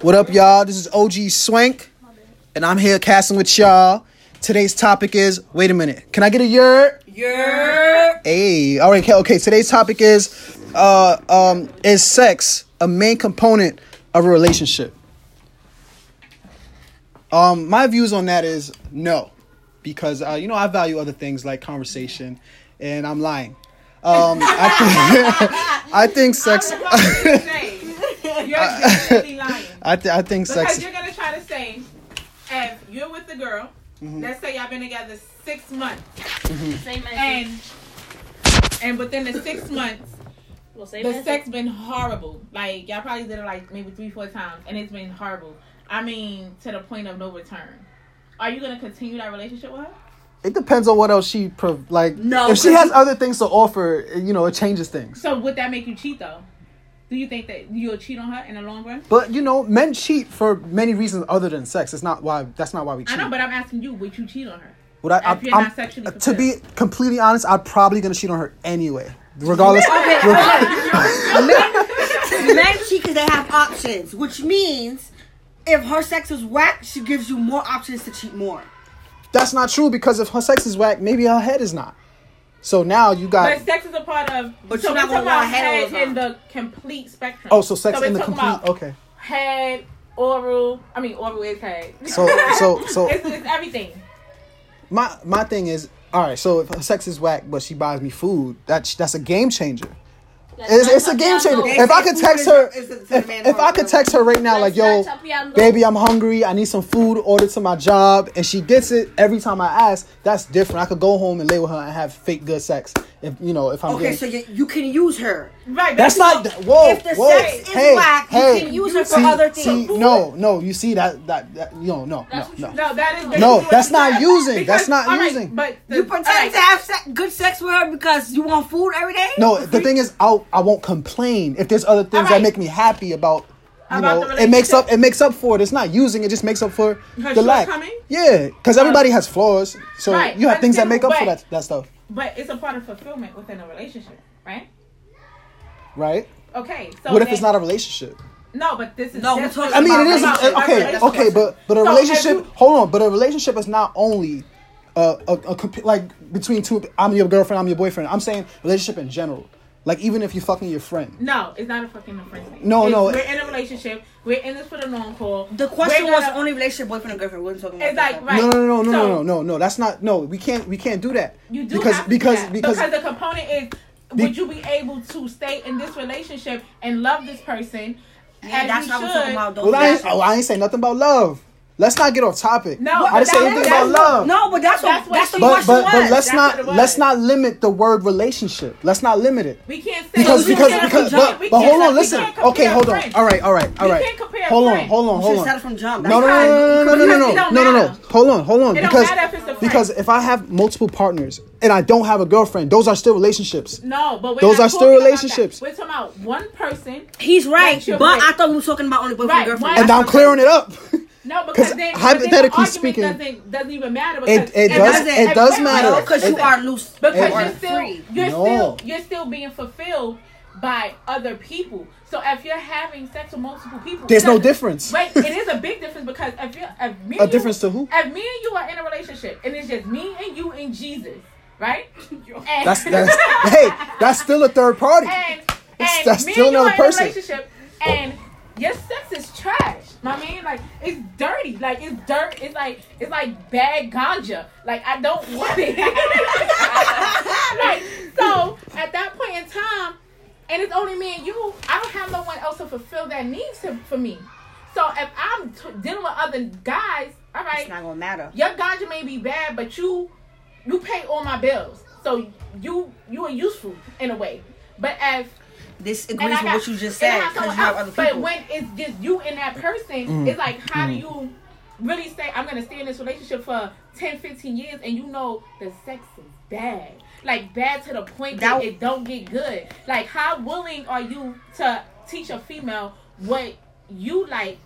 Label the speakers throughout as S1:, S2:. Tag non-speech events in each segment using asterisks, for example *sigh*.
S1: What up, y'all? This is OG Swank, and I'm here casting with y'all. Today's topic is wait a minute, can I get a yurt?
S2: Yer.
S1: Hey, all right, okay, okay. Today's topic is uh, um, is sex a main component of a relationship? Um, my views on that is no, because uh, you know I value other things like conversation, and I'm lying. Um, I, think, *laughs* I think sex.
S2: You're definitely lying.
S1: I, th- I think
S2: Because
S1: sex.
S2: you're gonna try to say, if you're with the girl, let's say y'all been together six months,
S3: Same message.
S2: and and within the six months,
S3: well, same
S2: the
S3: message.
S2: sex been horrible. Like y'all probably did it like maybe three, four times, and it's been horrible. I mean, to the point of no return. Are you gonna continue that relationship with her?
S1: It depends on what else she pro- like.
S3: No,
S1: if she
S3: cause-
S1: has other things to offer, you know, it changes things.
S2: So would that make you cheat though? Do you think that you'll cheat on her in the long run?
S1: But you know, men cheat for many reasons other than sex. It's not why. That's not why we
S2: I
S1: cheat.
S2: know, but I'm asking you, would you cheat on her?
S1: Would I,
S2: if you're
S1: I'm-
S2: not sexually
S1: uh, to be completely honest, I'm probably gonna cheat on her anyway,
S2: *laughs*
S1: regardless.
S4: men cheat because they have options, which means if her sex is whack, she gives you more options to cheat more.
S1: that's not true because if her sex is whack, maybe her head is not. So now you got.
S2: But sex is a part of.
S4: But
S2: so
S4: you're not
S2: we're
S4: gonna want
S2: talking about
S4: head all
S2: head
S4: the
S2: in the complete spectrum.
S1: oh, so sex
S2: we're
S1: in the
S2: talking
S1: complete.
S2: about
S1: Okay.
S2: Head, oral. I mean, oral is head.
S1: *laughs* So so so
S2: *laughs* it's, it's everything.
S1: my my thing is all right. So if her sex is whack, but she buys me food, that's that's a game changer.
S3: Let's
S1: It's,
S3: not
S1: it's a
S3: talk
S1: game
S3: about
S1: changer.
S3: no-
S1: If I could text her, if, if I could text her right now,
S3: Let's
S1: like
S3: not
S1: yo,
S3: tapeando.
S1: baby, I'm hungry. I need some food ordered to my job, and she gets it every time I ask. That's different. I could go home and lay with her and have fake good sex. If you know, if I'm
S4: Okay,
S1: getting-
S4: so you, you can use her.
S2: Right.
S1: that's not whoa
S4: If the
S1: whoa.
S4: sex is
S1: hey
S4: whack, you
S1: hey,
S4: can use it for
S1: see,
S4: other
S1: See,
S4: things.
S1: no no, you see that that, that you know no
S3: That's
S1: no
S3: what you
S1: no.
S2: No, that is. basically
S1: No,
S2: what
S1: that's
S2: you
S1: not
S2: said.
S1: using. That's not
S2: all right,
S1: using.
S2: But the,
S4: You pretend
S2: all right,
S4: to have se- good sex with her because you want food every day.
S1: No, the thing is, I'll, I won't complain if there's other things that
S2: Alright.
S1: make me happy about. You
S2: About
S1: know,
S2: the
S1: it makes up.
S2: relationship.
S1: It makes up for it. It's not using. It just makes up for
S2: Her
S1: the lack.
S2: shortcoming?
S1: Yeah, because everybody has flaws, so
S2: Right,
S1: you have things that make up for
S2: understandable,
S1: that that stuff,
S2: But it's a part of fulfillment within a relationship, right?
S1: right?
S2: Okay. So
S1: what if
S2: then-
S1: it's not a relationship?
S2: No, but this is.
S4: No, we're
S2: that's
S4: talking
S2: what-
S1: I mean,
S4: about
S1: it is.
S4: relationship.
S1: it- okay,
S2: That's
S1: okay,
S2: what-
S1: but but a
S2: So have
S1: relationship.
S2: you-
S1: hold on, but a relationship is not only. Uh, a, a, comp- like between two, I'm your girlfriend, I'm your boyfriend. I'm saying relationship in general. Like even if you're fucking your friend,
S2: No, it's not a fucking friend thing.
S1: No,
S2: It's-
S1: no.
S2: We're in a relationship. We're in this for the long haul.
S4: The question
S2: We're
S4: was
S2: gonna-
S4: only relationship boyfriend and girlfriend. Wasn't talking about
S2: It's like
S4: girlfriend.
S2: right.
S1: No, no, no, no, no,
S2: So,
S1: no, no, no. That's not. No, we can't. We can't do that.
S2: You do
S1: because
S2: have to do
S1: because
S2: that.
S1: because
S2: the component is would you be able to stay in this relationship and love this person?
S4: Yeah,
S2: as
S4: that's
S2: you
S4: what I'm
S2: should?
S4: talking about. Those
S1: well, I ain't,
S4: relationships.
S1: oh, I ain't say nothing about love. Let's not get off topic.
S2: No,
S1: I didn't
S2: but
S1: say
S2: that-
S1: anything
S2: that's
S1: about
S2: what-
S1: love.
S4: No, but that's what that's,
S2: That's what
S4: the
S2: she-
S1: but
S4: question
S1: but but
S4: was.
S1: let's
S2: That's
S1: not
S2: what it was.
S1: let's not limit the word relationship. Let's not limit it.
S2: We can't say
S1: Because
S2: we
S1: because
S2: can't
S1: because
S2: compare-
S1: but,
S2: we
S1: but
S2: can't-
S1: hold on,
S2: we
S1: listen.
S2: can't compare
S1: Okay, hold on.
S2: friends.
S1: All right, all right, all
S2: We
S1: right.
S2: can't compare
S1: Hold on,
S2: friends.
S1: hold on,
S4: You
S1: hold
S4: should
S1: on.
S4: start from jump.
S1: No, no,
S4: That's
S1: no, no, no, no, no,
S2: fine.
S1: no,
S2: It don't
S1: no, no, no.
S2: matter.
S1: Hold on, hold on.
S2: It don't
S1: Because
S2: matter if it's a friend.
S1: because if I have multiple partners and I don't have a girlfriend, those are still relationships.
S2: No, but we're
S1: Those
S2: not
S1: are still
S2: talking about that.
S1: relationships.
S2: We're talking about one person.
S4: He's right,
S2: That's your
S4: but
S2: point.
S4: I thought we were talking about only boyfriend and
S2: Right,
S4: girlfriend.
S2: why-
S1: And I'm clearing it up.
S2: No, because
S1: 'Cause
S2: then,
S1: hypothetically
S2: hypothetically
S1: speaking-
S2: doesn't, doesn't even matter. Because
S1: It- it does-
S4: it
S2: and-
S1: does
S2: wait,
S1: matter.
S2: wait,
S4: because you
S2: listen.
S4: are loose.
S2: because
S4: you are
S2: you're still
S4: free.
S2: you're
S1: No.
S2: still you're still being fulfilled by other people. So if you're having sex with multiple people,
S1: There's no
S2: because-
S1: difference.
S2: Wait, it is a big difference because if you're if me
S1: A
S2: and you-
S1: difference to who?
S2: If me and you are in a relationship and it's just me and you and Jesus, right? And,
S1: *laughs* That's that's hey, that's still a third party.
S2: and,
S1: That's-
S2: and
S1: that's
S2: me
S1: still
S2: and you
S1: another
S2: are
S1: person.
S2: in a relationship and your sex is trash. My man, like it's dirty. Like it's dirt. It's like it's like bad ganja. Like I don't want it. *laughs* like so at that point in time, and it's only me and you. I don't have no one else to fulfill that need to, for me. So if I'm t- dealing with other guys, all right,
S4: It's not gonna matter.
S2: your ganja may be bad, but you you pay all my bills, so you you are useful in a way. But as
S4: This
S2: and
S4: agrees
S2: I
S4: with
S2: got,
S4: what you just
S2: and I
S4: said
S2: got
S4: because you
S2: someone
S4: have
S2: else,
S4: other people.
S2: But when it's just you and that person, it's like how do you really say I'm gonna stay in this relationship for 10, 15 years and you know the sex is bad. Like bad to the point that,
S4: That-
S2: it don't get good. Like how willing are you to teach a female what you like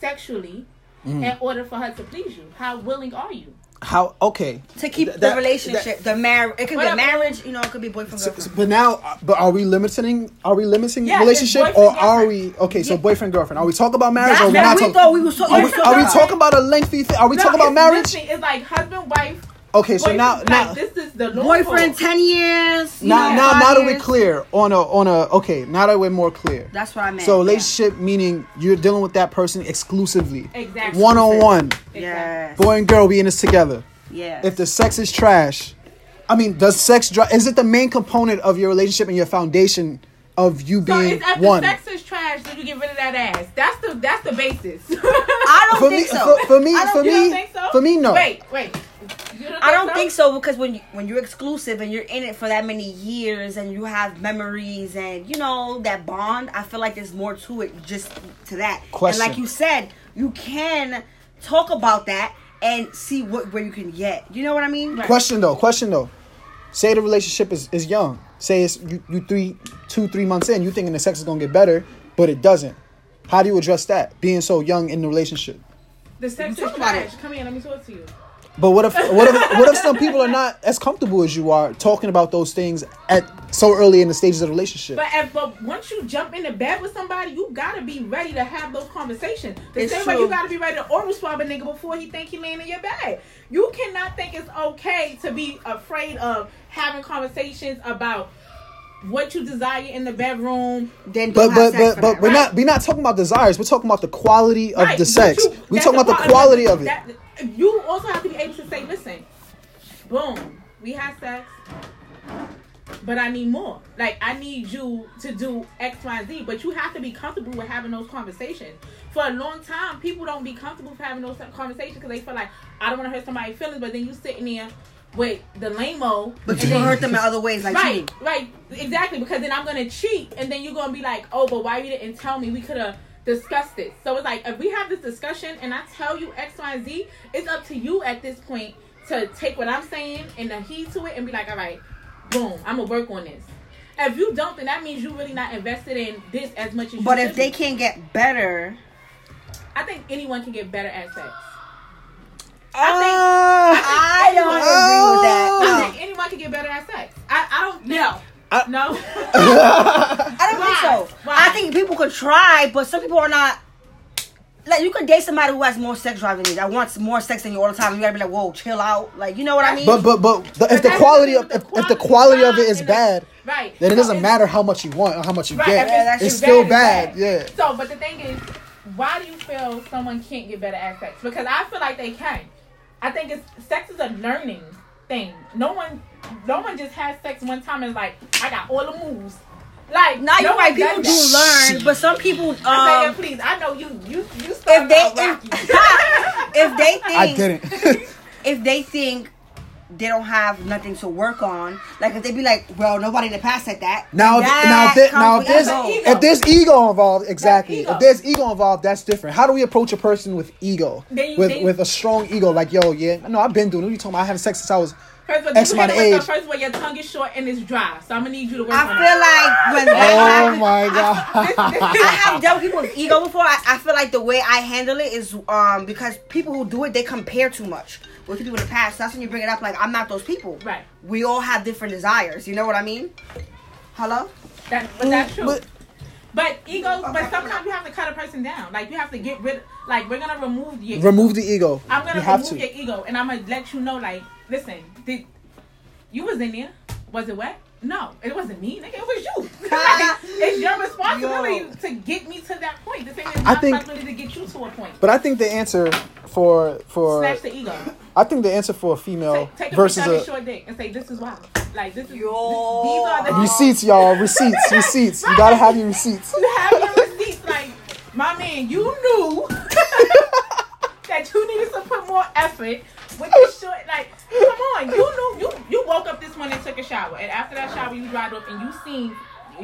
S2: sexually in order for her to please you? How willing are you?
S1: how okay
S4: to keep the
S1: Th- that-
S4: relationship, the marriage. It could be a
S2: Whatever.
S4: marriage, you know. It could be boyfriend
S1: So-
S4: girlfriend.
S1: so- but now, uh, but are we limiting? Are we limiting
S2: Yeah, it's
S1: relationship, or
S2: boyfriend,
S1: are we
S2: girlfriend.
S1: okay? So boyfriend girlfriend. Are we talking about marriage,
S4: That's
S1: or are we
S4: what
S1: not
S4: we
S1: talking?
S4: thought we was so-
S1: are we,
S4: we were
S1: are we
S4: talking
S1: talking about a lengthy thing? Are we talking about
S2: it's
S1: marriage?
S2: literally- It's like husband, wife.
S1: Okay, so
S2: boyfriend,
S1: now,
S2: like,
S1: now,
S2: this is the loophole.
S4: boyfriend, ten years. you
S1: now,
S4: know,
S1: now,
S4: five
S1: now that we're
S4: years.
S1: clear on a on a okay. Now that we're more clear.
S4: That's what I meant.
S1: so
S4: yeah.
S1: relationship meaning you're dealing with that person exclusively,
S2: Exactly.
S1: one on one,
S4: Yes.
S1: boy and girl, we in this together.
S4: Yeah.
S1: If the sex is trash, I mean, does sex dri Is it the main component of your relationship and your foundation of you
S2: So
S1: being
S2: it's after
S1: one?
S2: sex is trash, then you get rid of that ass. That's the that's the basis. *laughs*
S4: I don't
S1: for me,
S4: think so.
S1: for, for me,
S4: I don't-
S1: for
S2: you
S1: me,
S2: don't think so?
S1: for me, no.
S2: Wait, wait. You
S4: I don't think so because when you, when you're exclusive and you're in it for that many years and you have memories and you know that bond, I feel like there's more to it just to that.
S1: Question.
S4: And like you said, you can talk about that and see what where you can get. You know what I mean?
S1: Question though, question though. Say the relationship is, is young. Say it's you, you three, two, three months in. You thinking the sex is gonna get better, but it doesn't. How do you address that? Being so young in the relationship.
S2: The sex
S4: Talk
S2: is
S4: about
S2: trash.
S4: it.
S2: Come here, let me talk to you.
S1: But what if what if what if some people are not as comfortable as you are talking about those things at so early in the stages of the relationship?
S2: But at, but once you jump into bed with somebody, you gotta be ready to have those conversations. The
S4: It's
S2: same way
S4: true.
S2: you gotta be ready to oral swab a nigga before he think he laying in your bed. You cannot think it's okay to be afraid of having conversations about what you desire in the bedroom.
S4: Then don't
S1: But
S4: have
S1: but
S4: sex
S1: but,
S4: for
S1: but
S4: that,
S1: we're
S4: right?
S1: not we're not talking about desires. We're talking about the quality of
S2: Right,
S1: the
S2: but
S1: sex.
S2: you-
S1: we're
S2: that's
S1: talking about the
S2: part
S1: quality of it.
S2: that- you also have to be able to say, listen, boom, we had sex, but I need more. Like, I need you to do X, Y, and Z. But you have to be comfortable with having those conversations. For a long time, people don't be comfortable with having those conversations because they feel like, I don't want to hurt somebody's feelings, but then you sitting there with the lame-o.
S4: But
S2: and
S4: you can
S2: then-
S4: hurt them in other ways, like cheating.
S2: Right, right, exactly. Because then I'm gonna cheat, and then you're gonna be like, "Oh, but why you didn't tell me? We could have discussed it." So it's like if we have this discussion, and I tell you X, Y, and Z, it's up to you at this point to take what I'm saying and adhere to it, and be like, "All right, boom, I'm gonna work on this." If you don't, then that means you're really not invested in this as much as. you
S4: But if
S2: should
S4: they
S2: be.
S4: can't get better,
S2: I think anyone can get better at sex.
S1: Ah,
S4: I don't agree with
S1: Oh.
S2: I
S4: that.
S2: think anyone can get better at sex. I, I don't. Think,
S3: No.
S1: I-
S2: no.
S4: I don't think so.
S2: Why?
S4: I think people could try, but some people are not. Like you could date somebody who has more sex drive than you, that wants more sex than you all the time. You gotta be like, whoa, chill out. Like you know what I mean?
S1: But but but the, *laughs* if the
S2: that's
S1: quality
S2: the
S1: of
S2: thing
S1: if,
S2: with
S1: if the quality of it is
S2: and the-
S1: bad,
S2: right?
S1: then it
S2: So
S1: doesn't
S2: it's-
S1: matter how much you want or how much you
S2: Right,
S1: get.
S2: if it's,
S1: it's
S2: too
S1: still
S2: bad,
S1: bad.
S2: it's
S1: Yeah.
S2: So, but the thing is, why do you feel someone can't get better at sex? Because I feel like they can. I think it's sex is a learning thing. No one, no one just has sex one time and is like, I got all the moves. Like
S4: now
S2: no
S4: you're right.
S2: one does
S4: People
S2: that.
S4: do learn, but some people, um,
S2: I'm saying, please. I know you. You. You.
S4: if
S2: started
S4: they
S2: out
S4: if, *laughs*
S2: rocky.
S4: if they think
S1: *laughs* I
S2: *laughs*
S1: didn't.
S4: if they think they don't have nothing to work on, like if they be like, well, nobody in the past said that.
S1: now if, now if,
S4: that
S1: there- now if
S4: comes
S1: there's
S4: with
S2: ego.
S1: if there's ego involved, exactly.
S2: ego.
S1: If there's ego involved, that's different. How do we approach a person with ego?
S2: Then you-
S1: with
S2: then you-
S1: with a strong ego, like yo, yeah, no, I've been doing. What you talking about? I haven't sex since I was.
S2: First of all,
S1: X
S2: you
S1: amount of
S2: hit it with
S1: age.
S2: the- First of all, your tongue is short and it's dry, so I'm gonna need you to work
S4: I
S2: on
S4: feel like when that
S1: Oh
S2: *laughs*
S4: happens-
S1: my god.
S4: I have dealt with people with ego before. I, I feel like the way I handle it is um because people who do it they compare too much with people in the past. That's when you bring it up. Like I'm not those people.
S2: Right.
S4: We all have different desires. You know what I mean? Hello.
S2: it. That, but that's true.
S1: Mm, But-
S2: But ego, but sometimes you have to cut a person down. Like you have to get rid. Like we're gonna remove your.
S1: remove the ego.
S2: I'm gonna
S1: you have
S2: remove
S1: to.
S2: your ego, and I'm gonna let you know. Like, listen, did you was in there? Was it wet? No, it wasn't me, nigga. It was you.
S4: *laughs*
S2: *laughs* Like, it's your responsibility
S4: Yo.
S2: to get me to that point. The thing is,
S1: I
S2: my
S1: think-
S2: responsibility to get you to a point.
S1: But I think the answer for for
S2: Snatch the ego.
S1: I think the answer for a female
S2: Take, take a
S1: versus
S2: picture of your
S1: a
S2: short dick and say, "This is why." Like this is. Yo. These
S4: Yo.
S2: are the.
S1: Receipts, y'all. Receipts. Receipts. You gotta have your receipts.
S2: You have your receipts. Like, my man, you
S1: *laughs*
S2: knew that you needed to put more effort with this short. Like, come on, you knew you you woke up this morning and took a shower, and after that shower, you dried off and you seen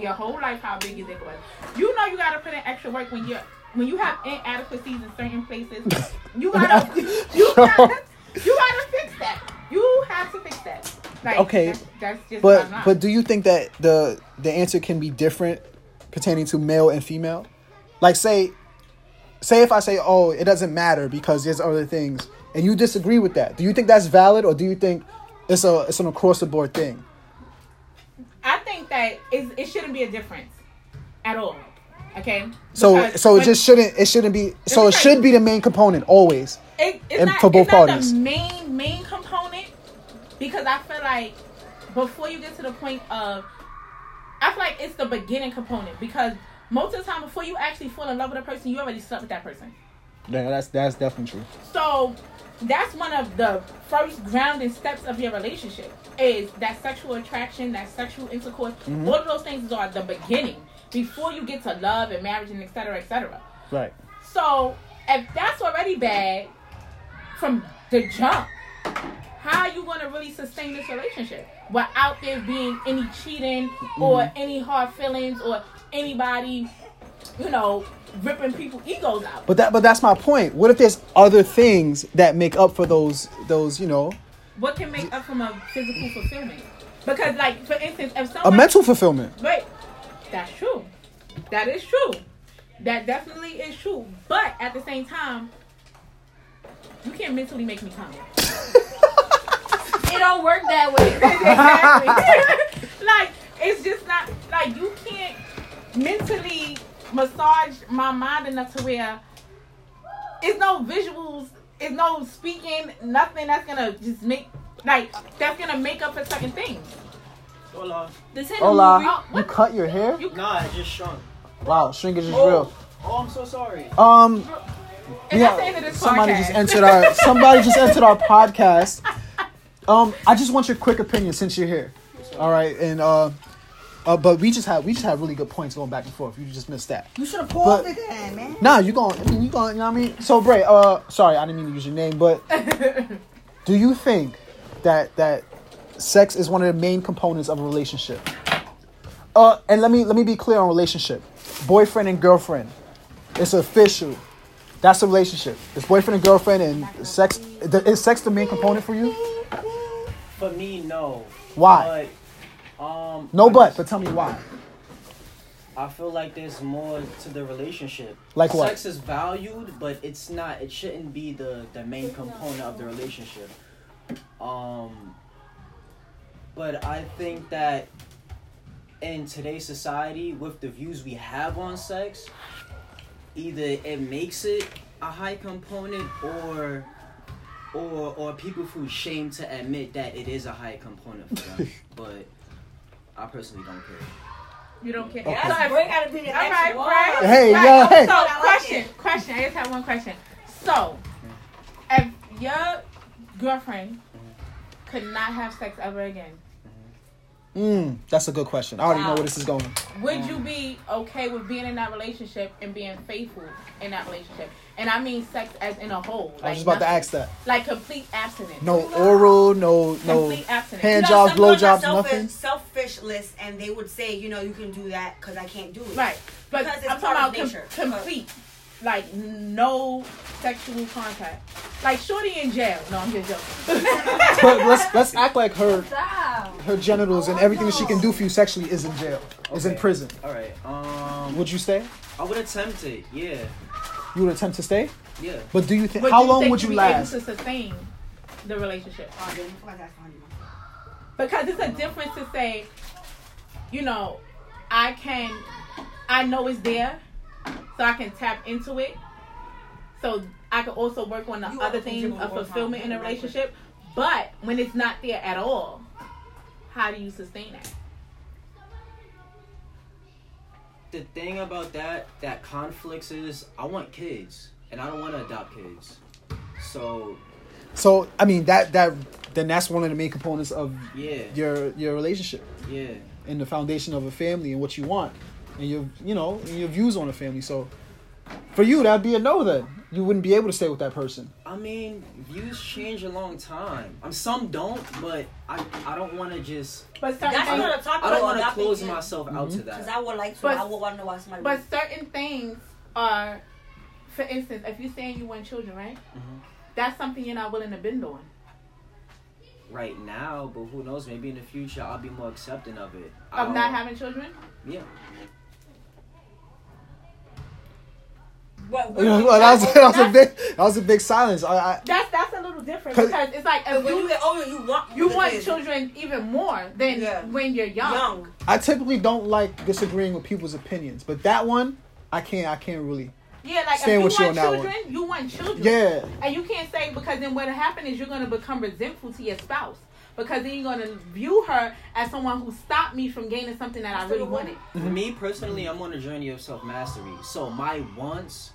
S2: your whole life how big your dick was. You know you gotta put in extra work when you're when you have inadequacies in certain places.
S1: *laughs*
S2: You gotta you gotta you gotta fix that. You have to fix that. Like,
S1: Okay,
S2: that's, that's *laughs* just
S1: But
S2: bottom line.
S1: but do you think that the the answer can be different pertaining to male and female? Like say say if I say, oh, it doesn't matter because there's other things. and you disagree with that, do you think that's valid or do you think it's a it's an across the board thing?
S2: I think that is it shouldn't be a difference at all. Okay.
S1: So
S2: Because
S1: so it
S2: when-
S1: just shouldn't it shouldn't be so it
S2: like-
S1: should be the main component always.
S2: it, it's
S1: and
S2: not,
S1: for both
S2: it's not
S1: parties.
S2: the main main component because I feel like before you get to the point of, I feel like it's the beginning component because most of the time before you actually fall in love with a person, you already slept with that person.
S1: Yeah, that's that's definitely true.
S2: So that's one of the first grounding steps of your relationship is that sexual attraction, that sexual intercourse. All of those things are the beginning before you get to love and marriage and et cetera, et cetera.
S1: Right.
S2: So if that's already bad from the jump, how are you gonna really sustain this relationship without there being any cheating or any hard feelings or anybody, you know, ripping people egos out?
S1: But that but that's my point. What if there's other things that make up for those those, you know,
S2: what can make up from a physical fulfillment? Because, like, for instance, if
S1: a
S2: someone
S1: mental fulfillment?
S2: Wait, that's true. That is true. That definitely is true. But at the same time, you can't mentally make me come.
S3: It don't work that way.
S2: *laughs* exactly. *laughs* like it's just not like you can't mentally massage my mind enough to where it's no visuals, it's no speaking, nothing that's gonna just make like that's gonna make up for certain things.
S5: Hola.
S3: This ain't a movie.
S1: Hola,
S2: Oh,
S1: you
S2: what?
S1: cut your hair?
S2: You-
S5: Nah, it just shrunk.
S1: Wow, shrinkage is
S5: Oh, oh, I'm so sorry.
S1: real. Um
S2: And that's the end of this
S1: somebody
S2: podcast.
S1: just entered
S2: *laughs*
S1: our somebody just entered our podcast. Um, I just want your quick opinion since you're here. All right, and uh, uh but we just had we just had really good points going back and forth. You just missed that.
S4: You should have paused
S1: But-
S4: it then, man.
S1: Nah, you going I mean, you going you know what I mean? So Bray, uh sorry, I didn't mean to use your name,
S2: *laughs*
S1: but do you think that that sex is one of the main components of a relationship? Uh and let me let me be clear on relationship. Boyfriend and girlfriend. It's official. That's a relationship. It's boyfriend and girlfriend and sex the, is sex the main component for you?
S5: For me, no.
S1: Why?
S5: But, um,
S1: No
S5: I
S1: but,
S5: just-
S1: but tell me why.
S5: I feel like there's more to the relationship.
S1: Like what?
S5: Sex is valued, but it's not. It shouldn't be the the main component of the relationship. Um. But I think that in today's society, with the views we have on sex, either it makes it a high component or. Or, or people feel shame to admit that it is a high component
S1: *laughs*
S5: for them, but I personally don't care.
S2: you don't care.
S1: Okay.
S2: So if-
S4: Bray gotta be the
S2: All
S4: extra
S2: right,
S4: one.
S2: right.
S1: Hey,
S2: right.
S1: yo, hey.
S2: So,
S4: I like
S2: question,
S4: it.
S2: question. I just have one question. So, if your girlfriend could not have sex ever again,
S1: Mm, that's a good question. I already know where this is going.
S2: would you be okay with being in that relationship and being faithful in that relationship? And I mean sex as in a whole.
S1: I
S2: like
S1: was just about to
S2: nothing-
S1: ask that.
S2: Like complete abstinence.
S1: No oral, no no
S2: Complete abstinence.
S1: hand
S4: You know,
S1: jobs,
S4: some
S1: blow
S4: girls are
S1: jobs,
S4: selfish,
S1: nothing.
S4: Selfish list, and they would say, you know, you can do that because I can't do it.
S2: Right. But
S4: Because it's
S2: I'm
S4: part of
S2: talking about
S4: nature.
S2: com- complete. Like n- no sexual contact. Like Shorty in jail. No, I'm just joking.
S1: But let's let's act like her
S3: Wow.
S1: her genitals and everything that she can do for you sexually is in jail, is in
S5: Okay.
S1: prison.
S5: All right. Um,
S1: Would you stay?
S5: I would attempt it. Yeah,
S1: You would attempt to stay,
S5: yeah.
S1: but do you think
S2: Would
S1: how
S2: you
S1: long
S2: think
S1: would you
S2: be
S1: last?
S2: Able to sustain the relationship
S4: Oh, dude, you forgot that's funny.
S2: because it's a difference to say, you know, I can, I know it's there, so I can tap into it. So I can also work on the
S4: You
S2: other
S4: are
S2: things
S4: eligible
S2: of
S4: for a
S2: fulfillment in a
S4: contract.
S2: relationship. But when it's not there at all, how do you sustain it?
S5: The thing about that that conflicts is I want kids and I don't want to adopt kids. So
S1: So I mean that that then that's one of the main components of
S5: yeah,
S1: your your relationship
S5: yeah.
S1: and the foundation of a family and what you want and your you know and your views on a family. So for you that'd be a no then. You wouldn't be able to stay with that person. *laughs*
S5: I mean, views change a long time. Um, some don't, but I I don't want to just
S2: But certain
S4: That's
S2: things,
S4: not a topic.
S5: I don't want to close myself out to
S4: Because
S5: that.
S4: I would like to.
S2: But-
S4: I would want to know why somebody.
S2: but certain things are, for instance, if you're saying you want children, right?
S3: Mm-hmm.
S5: Mhm.
S2: That's something you're not willing to bend on.
S5: Right now, but who knows? Maybe in the future I'll be more accepting of it. I
S2: Of
S5: don't-
S2: not having children?
S5: Yeah.
S3: What?
S1: Well, that, was, that was a big that was a big silence. I, I
S2: That's that's a little different
S1: 'Cause-
S2: because it's like
S3: And
S2: if
S3: when you
S2: you
S3: get older, you want
S2: you want
S3: kids.
S2: children even more than
S3: Yeah.
S2: when you're young.
S3: young.
S1: I typically don't like disagreeing with people's opinions, but that one I can't I can't really.
S2: Yeah, like
S1: Stand
S2: if
S1: with
S2: you
S1: you
S2: want
S1: on that
S2: children, you want children.
S1: Yeah.
S2: And you can't say because then what'll happen is you're gonna become resentful to your spouse. Because then you're gonna view her as someone who stopped me from gaining something that I really wanted.
S5: Me personally, I'm on a journey of self mastery. So my wants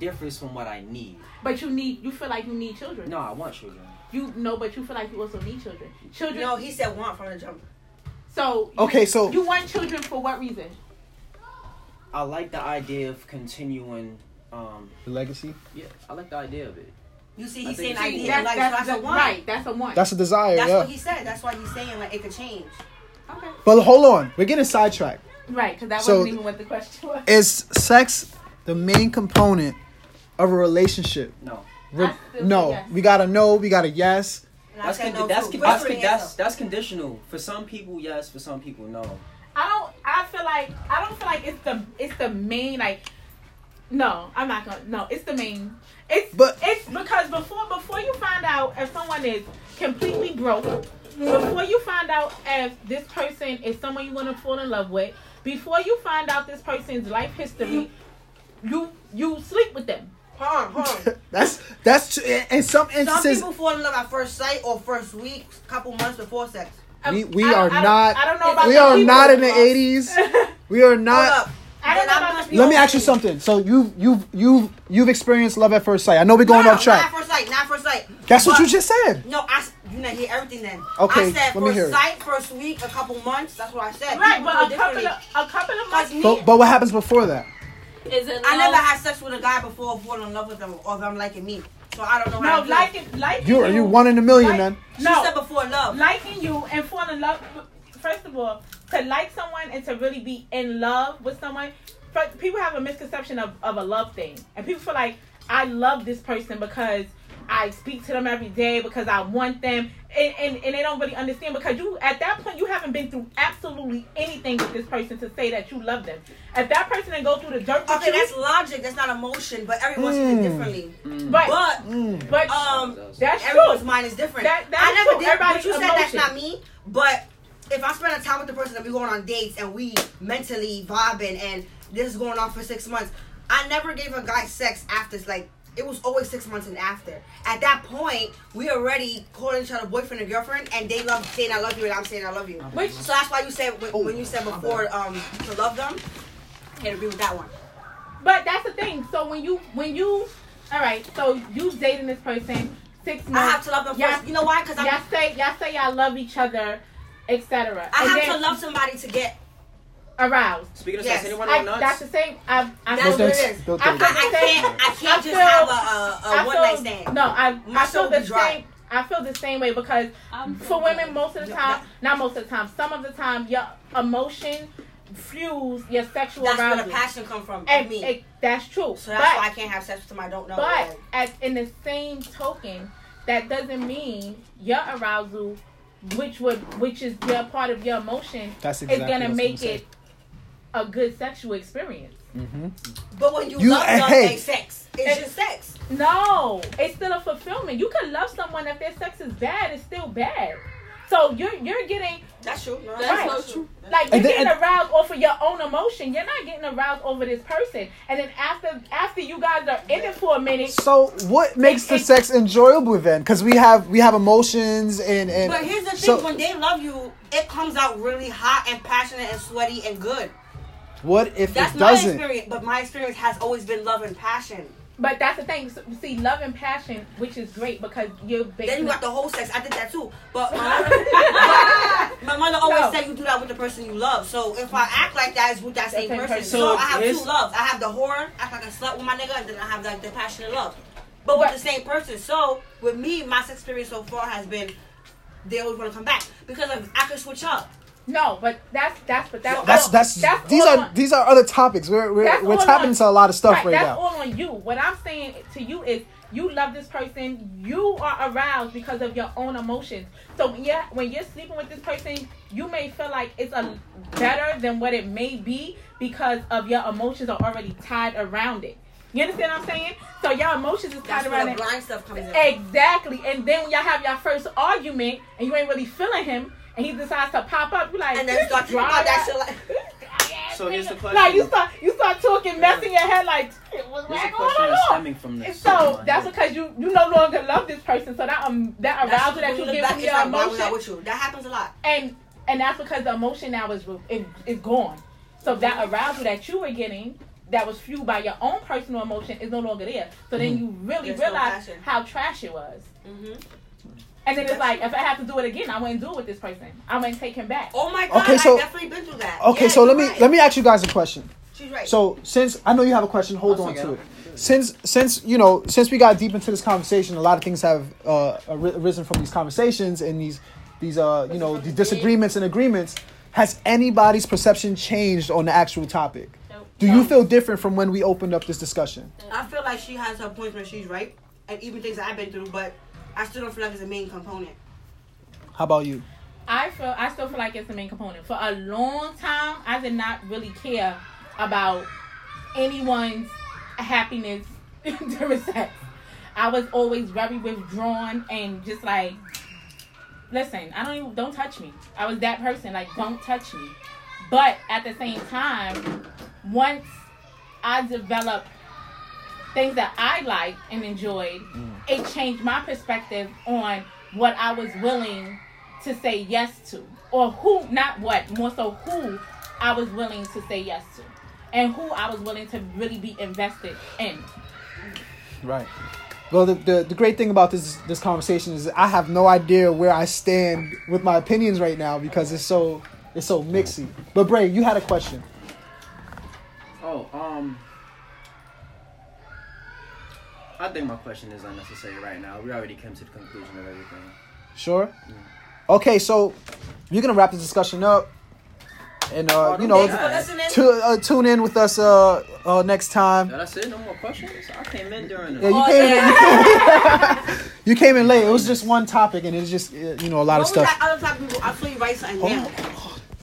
S5: differs from what I need.
S2: But you need you feel like you need children.
S5: No, I want children.
S2: You no, but you feel like you also need children. Children
S4: No, he said want from the jump.
S2: so you-
S1: Okay, so-
S2: you want children for what reason?
S5: I like the idea of continuing. Um,
S1: The legacy.
S5: yeah, I like the idea of it.
S4: You see,
S5: I
S4: he's saying
S5: think so.
S4: idea.
S5: Yeah,
S2: That's-
S4: like,
S2: that's
S4: so that's
S2: the-
S4: a want.
S2: right, that's a one.
S1: That's a desire,
S4: That's
S1: yeah.
S4: what he said. That's why he's saying like it could change.
S2: okay.
S1: but hold on, we're getting sidetracked.
S2: Right, because that
S1: So-
S2: wasn't even what the question was.
S1: Is sex the main component of a relationship?
S5: No,
S1: Re-
S2: I still
S1: no,
S2: say yes.
S1: we got a no, we got a yes.
S4: And I
S5: that's
S4: said
S5: con-
S4: no
S5: that's
S4: too.
S5: con-
S4: First
S5: that's,
S4: for the
S5: con- that's
S4: answer.
S5: that's conditional. For some people, yes. For some people, no.
S2: I don't. I feel like I don't feel like it's the it's the main like. No, I'm not gonna. No, it's the main. It's
S1: But-
S2: it's because before before you find out if someone is completely broke, before you find out if this person is someone you want to fall in love with, before you find out this person's life history, you you sleep with them.
S4: Hold on, hold on.
S1: That's that's in some
S4: Some
S1: instances
S4: people fall in love at first sight or first week, couple months before sex.
S2: Um,
S1: We- we
S2: I don't-
S1: are
S2: I don't-
S1: not-
S2: I don't know about
S1: we
S2: the
S1: are
S2: people.
S1: not in the eighties. We are
S4: Hold
S1: not.
S4: up.
S2: I
S4: Then
S2: don't know
S4: I'm
S2: about
S4: gonna
S2: the
S4: be
S1: Let me
S4: honest
S1: ask you
S4: with
S1: something. So you you you you've experienced love at first sight. I know we're going
S4: no,
S1: off track.
S4: Not first sight. Not first sight.
S1: That's what
S4: But-
S1: you just said.
S4: No, I s- you not hear everything then.
S1: Okay,
S4: I said
S1: let me
S4: first
S1: hear it.
S4: sight, first week, a couple months. That's what I said.
S2: Right,
S4: People
S2: but
S4: do
S2: a
S4: it
S2: couple of
S4: differently.
S2: a couple of
S4: Cause
S2: months.
S4: me,
S1: But but what happens before that?
S3: Is it?
S4: I never
S3: love?
S4: had sex with a guy before, falling in love with them, or them liking me. So I don't know how.
S2: No,
S4: to do it.
S2: like it, like
S1: You are you one in a million,
S2: like-
S1: man.
S4: she
S2: no.
S4: said before love.
S2: liking you and fall in love. First of all, to like someone and to really be in love with someone, fir- people have a misconception of, of a love thing, and people feel like I love this person because I speak to them every day because I want them, and, and, and they don't really understand because you at that point you haven't been through absolutely anything with this person to say that you love them. If that person didn't go through the dirt, with
S4: Okay,
S2: you,
S4: that's logic. That's not emotion, but everyone's sees
S1: Mm.
S4: it differently.
S2: Hmm. right,
S4: But
S1: Mm.
S2: but
S4: um,
S2: that's
S4: everyone's
S2: true.
S4: mind is different.
S2: That- that's
S4: I never
S2: true.
S4: did.
S2: Everybody's
S4: but you said that's not
S2: emotion.
S4: me. But if I'm spending time with the person and we going on dates and we mentally vibing and this is going on for six months, I never gave a guy sex after. It's like it was always six months and after. At that point, we already calling each other boyfriend and girlfriend, and they love saying I love you and I'm saying I love you.
S2: Which
S4: So that's why you said when, when you said before um to love them, can't agree with that one.
S2: But that's the thing. So when you when you all right, so you dating this person six months.
S4: I have to love them
S2: Y'all-
S4: first. You know why? Because I'm
S2: Y'all say y'all say y'all love each other, etc.
S4: I have to love somebody to get.
S2: aroused.
S5: Speaking of
S4: Yes,
S5: sex, anyone
S2: I,
S5: want
S2: that's
S5: nuts?
S2: the same. I, I
S4: That's
S2: feel
S4: what
S2: the
S4: it
S2: same-
S4: is.
S1: Built
S2: I
S1: in.
S2: feel
S4: I, I
S2: the same.
S4: can't. I
S2: I
S4: can't
S2: feel-
S4: just have a, a, a
S2: I
S4: one
S2: feel-
S4: night stand.
S2: No, I,
S4: My
S2: I
S4: soul
S2: feel the
S4: be dry.
S2: same. I feel the same way because
S3: I'm
S2: for women, most of the
S4: No,
S2: time, not most of the time, some of the time, your emotion fuels your sexual
S4: That's where
S2: arousal.
S4: the passion come from.
S2: and,
S4: of me.
S2: and that's true.
S4: so that's
S2: But-
S4: why I can't have sex with somebody I don't know.
S2: But at, in the same token, that doesn't mean your arousal, which would which is your part of your emotion,
S1: That's
S2: is
S1: exactly
S2: gonna
S1: what I'm
S2: make
S1: saying.
S2: it a good sexual experience.
S1: Mm-hmm.
S4: but when you,
S1: You-
S4: love them,
S1: hey.
S4: they sex. It's
S2: Hey.
S4: just sex.
S2: No, it's still a fulfillment. You can love someone if their sex is bad, it's still bad. So you're you're getting
S4: That's true. No,
S3: That's
S2: Right.
S3: so true.
S2: like you're
S1: And then-
S2: getting aroused off of your own emotion. You're not getting aroused over this person. And then after after you guys are in it for a minute,
S1: So what makes the sex enjoyable then? Because we have we have emotions and and.
S4: But here's the thing:
S1: so
S4: when they love you, it comes out really hot and passionate and sweaty and good.
S1: what if
S4: That's
S1: it
S4: my
S1: doesn't?
S4: experience. But my experience has always been love and passion.
S2: but that's the thing. So, see, love and passion, which is great because you're
S4: Then
S2: basically
S4: you got the whole sex. I did that too. But my, but my mother always
S2: No.
S4: said you do that with the person you love. So if I act like that, it's with that same
S2: same
S4: person.
S2: person.
S4: So,
S5: So
S4: I have
S5: it's-
S4: two loves. I have the horror, act like I slept with my nigga, and then I have like the passionate love. But with
S2: But-
S4: the same person. So with me, my sex experience so far has been they always want to come back because I, I could switch up.
S2: No, but that's that's but that's
S1: That's
S2: all-
S1: that's, these
S2: all
S1: are
S2: on-
S1: these are other topics. We're we're,
S2: That's
S1: we're
S2: all
S1: tapping
S2: on-
S1: into a lot of stuff
S2: right,
S1: right,
S2: that's
S1: now.
S2: all on you. What I'm saying to you is you love this person, you are aroused because of your own emotions. So when you're when you're sleeping with this person, you may feel like it's a better than what it may be because of your emotions are already tied around it. You understand what I'm saying? So your emotions is
S4: That's
S2: tied
S4: where
S2: around
S4: the
S2: it.
S4: blind stuff comes in.
S2: Exactly. And then when y'all have your first argument and you ain't really feeling him and he decides to pop up, you like
S4: And then start talking about that shit like,
S5: So here's the question.
S2: Like you start you start talking mess in your head like shit, what's
S5: Here's the
S2: going
S5: question that's
S2: on?
S5: stemming from
S2: And
S5: this.
S2: so that's because you you no longer love this person. So that um that arousal that
S4: when
S2: you
S4: look
S2: get
S4: back,
S2: from
S4: it's
S2: your
S4: like, why was I
S2: emotion
S4: with you? That happens a lot.
S2: and and that's because the emotion now is re- it, is gone. So that arousal that you were getting that was fueled by your own personal emotion is no longer there. So then
S5: Mm-hmm.
S2: you really
S4: There's no
S2: realize
S4: passion.
S2: how trash it was.
S4: Mm-hmm.
S2: And then it's like, if I have to do it again, I wouldn't do it with this person. I wouldn't take him back.
S4: Oh my god,
S1: Okay, so-
S4: I've definitely been through that.
S1: Okay,
S4: Yeah,
S1: so let
S4: you're
S1: me
S4: right.
S1: let me ask you guys a question.
S4: She's right.
S1: So since I know you have a question, hold
S5: I'll
S1: on
S5: forget.
S1: to it. Since since you know since we got deep into this conversation, a lot of things have uh, ar- arisen from these conversations and these these uh you know these disagreements and agreements. Has anybody's perception changed on the actual topic?
S3: Nope.
S1: Do you feel different from when we opened up this discussion?
S4: I feel like she has her points where she's right, and even things that I've been through, but I still don't feel like it's a main component.
S1: How about you?
S2: I feel, I still feel like it's the main component. For a long time, I did not really care about anyone's happiness *laughs* during sex. I was always very withdrawn and just like, listen, I don't even, don't touch me. I was that person, like, don't touch me. But at the same time, once I developed things that I liked and enjoyed, it changed my perspective on what I was willing to say yes to, or who, not what, more so who I was willing to say yes to, and who I was willing to really be invested in.
S1: Right. Well, the, the, the great thing about this this conversation is I have no idea where I stand with my opinions right now because it's so it's so mixy. But Bray, you had a question.
S5: Oh, um. I think my question is unnecessary right now. We already came to the conclusion of everything.
S1: Sure. Okay, so you're gonna wrap the discussion up, and uh, you know,
S4: Thanks for listening.
S1: tu- uh, tune in with us uh, uh, next time.
S5: Now that's it. No more questions. I came in during
S1: Yeah,
S5: the.
S1: you
S4: Oh,
S1: came
S4: yeah.
S1: in. You came, *laughs* you came in late. It was just one topic, and it's just uh, you know a lot
S4: What
S1: of
S4: was
S1: stuff. Oh,
S4: that other topic? we were- I feel you write something
S1: Hold
S4: down.
S1: on.